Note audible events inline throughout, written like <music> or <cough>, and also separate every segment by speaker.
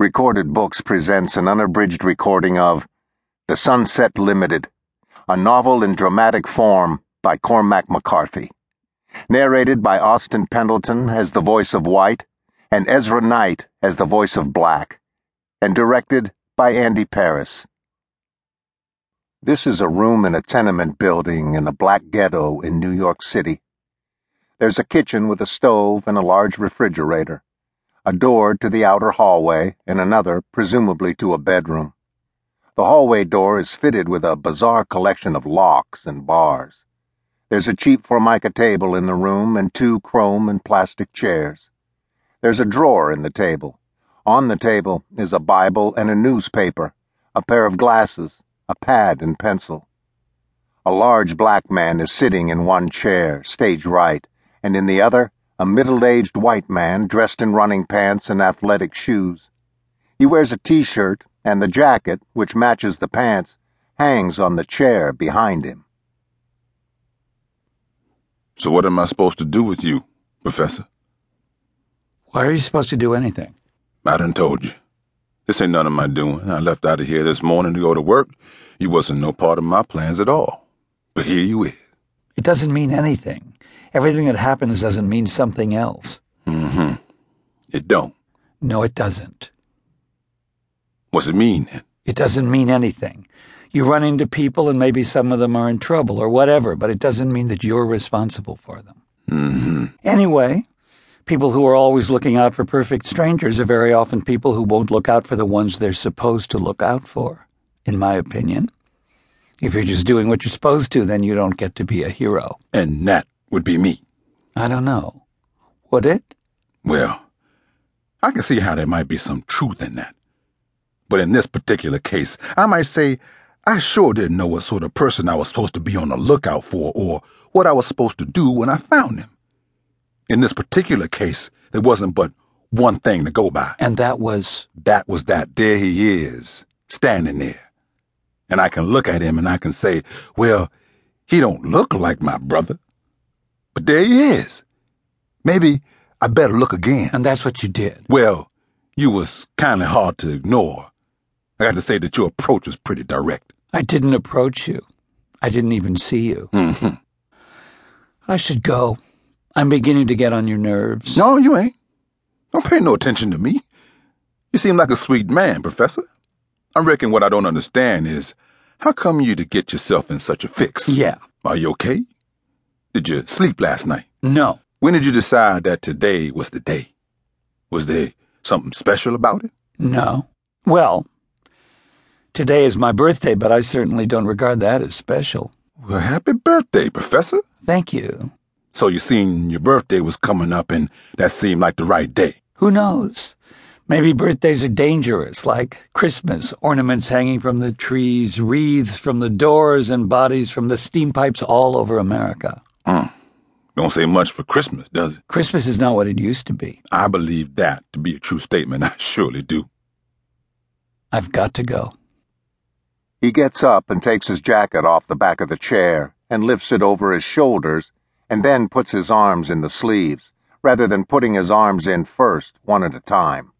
Speaker 1: Recorded Books presents an unabridged recording of The Sunset Limited, a novel in dramatic form by Cormac McCarthy. Narrated by Austin Pendleton as the voice of White and Ezra Knight as the voice of Black, and directed by Andy Paris. This is a room in a tenement building in a black ghetto in New York City. There's a kitchen with a stove and a large refrigerator a door to the outer hallway, and another, presumably to a bedroom. The hallway door is fitted with a bizarre collection of locks and bars. There's a cheap formica table in the room and two chrome and plastic chairs. There's a drawer in the table. On the table is a Bible and a newspaper, a pair of glasses, a pad and pencil. A large black man is sitting in one chair, stage right, and in the other, a middle aged white man dressed in running pants and athletic shoes. He wears a t shirt, and the jacket, which matches the pants, hangs on the chair behind him.
Speaker 2: So, what am I supposed to do with you, Professor?
Speaker 3: Why are you supposed to do anything?
Speaker 2: I done told you. This ain't none of my doing. I left out of here this morning to go to work. You wasn't no part of my plans at all. But here you is.
Speaker 3: It doesn't mean anything. Everything that happens doesn't mean something else.
Speaker 2: Mm-hmm. It don't.
Speaker 3: No, it doesn't.
Speaker 2: What's it mean then?
Speaker 3: It doesn't mean anything. You run into people and maybe some of them are in trouble or whatever, but it doesn't mean that you're responsible for them.
Speaker 2: Mm-hmm.
Speaker 3: Anyway, people who are always looking out for perfect strangers are very often people who won't look out for the ones they're supposed to look out for, in my opinion. If you're just doing what you're supposed to, then you don't get to be a hero.
Speaker 2: And that would be me.
Speaker 3: I don't know. Would it?
Speaker 2: Well, I can see how there might be some truth in that. But in this particular case, I might say I sure didn't know what sort of person I was supposed to be on the lookout for or what I was supposed to do when I found him. In this particular case, there wasn't but one thing to go by.
Speaker 3: And that was.
Speaker 2: That was that. There he is, standing there. And I can look at him and I can say, well, he don't look like my brother. But there he is. Maybe I better look again.
Speaker 3: And that's what you did.
Speaker 2: Well, you was kind of hard to ignore. I got to say that your approach was pretty direct.
Speaker 3: I didn't approach you. I didn't even see you.
Speaker 2: Mm-hmm.
Speaker 3: I should go. I'm beginning to get on your nerves.
Speaker 2: No, you ain't. Don't pay no attention to me. You seem like a sweet man, Professor. I reckon what I don't understand is how come you to get yourself in such a fix?
Speaker 3: Yeah.
Speaker 2: Are you okay? Did you sleep last night?
Speaker 3: No.
Speaker 2: When did you decide that today was the day? Was there something special about it?
Speaker 3: No. Well, today is my birthday, but I certainly don't regard that as special.
Speaker 2: Well, happy birthday, Professor.
Speaker 3: Thank you.
Speaker 2: So you seen your birthday was coming up and that seemed like the right day.
Speaker 3: Who knows? Maybe birthdays are dangerous, like Christmas, ornaments hanging from the trees, wreaths from the doors, and bodies from the steam pipes all over America.
Speaker 2: Mm. Don't say much for Christmas, does it?
Speaker 3: Christmas is not what it used to be.
Speaker 2: I believe that to be a true statement. <laughs> I surely do.
Speaker 3: I've got to go.
Speaker 1: He gets up and takes his jacket off the back of the chair and lifts it over his shoulders and then puts his arms in the sleeves, rather than putting his arms in first, one at a time.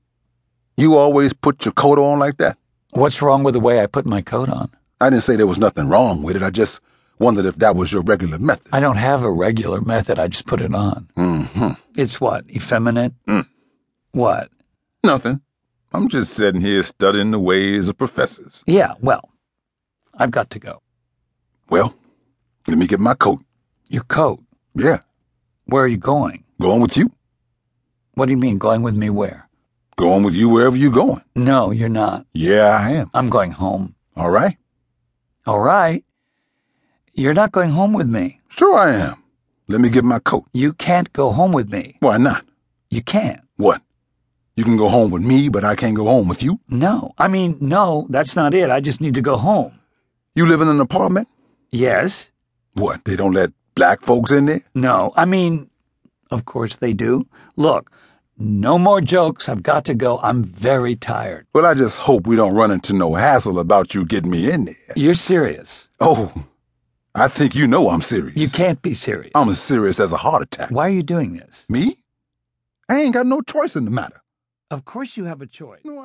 Speaker 2: You always put your coat on like that?
Speaker 3: What's wrong with the way I put my coat on?
Speaker 2: I didn't say there was nothing wrong with it. I just wondered if that was your regular method.
Speaker 3: I don't have a regular method. I just put it on.
Speaker 2: Mm-hmm.
Speaker 3: It's what? Effeminate?
Speaker 2: Mm.
Speaker 3: What?
Speaker 2: Nothing. I'm just sitting here studying the ways of professors.
Speaker 3: Yeah, well, I've got to go.
Speaker 2: Well, let me get my coat.
Speaker 3: Your coat.
Speaker 2: Yeah,
Speaker 3: Where are you going?
Speaker 2: going with you.
Speaker 3: What do you mean, going with me where?
Speaker 2: Going with you wherever you're going.
Speaker 3: No, you're not.
Speaker 2: Yeah, I am.
Speaker 3: I'm going home.
Speaker 2: All right.
Speaker 3: All right. You're not going home with me.
Speaker 2: Sure, I am. Let me get my coat.
Speaker 3: You can't go home with me.
Speaker 2: Why not?
Speaker 3: You can't.
Speaker 2: What? You can go home with me, but I can't go home with you.
Speaker 3: No. I mean, no, that's not it. I just need to go home.
Speaker 2: You live in an apartment?
Speaker 3: Yes.
Speaker 2: What? They don't let black folks in there?
Speaker 3: No. I mean, of course they do. Look, no more jokes. I've got to go. I'm very tired.
Speaker 2: Well, I just hope we don't run into no hassle about you getting me in there.
Speaker 3: You're serious.
Speaker 2: Oh, I think you know I'm serious.
Speaker 3: You can't be serious.
Speaker 2: I'm as serious as a heart attack.
Speaker 3: Why are you doing this?
Speaker 2: Me? I ain't got no choice in the matter.
Speaker 3: Of course you have a choice.
Speaker 2: No, I-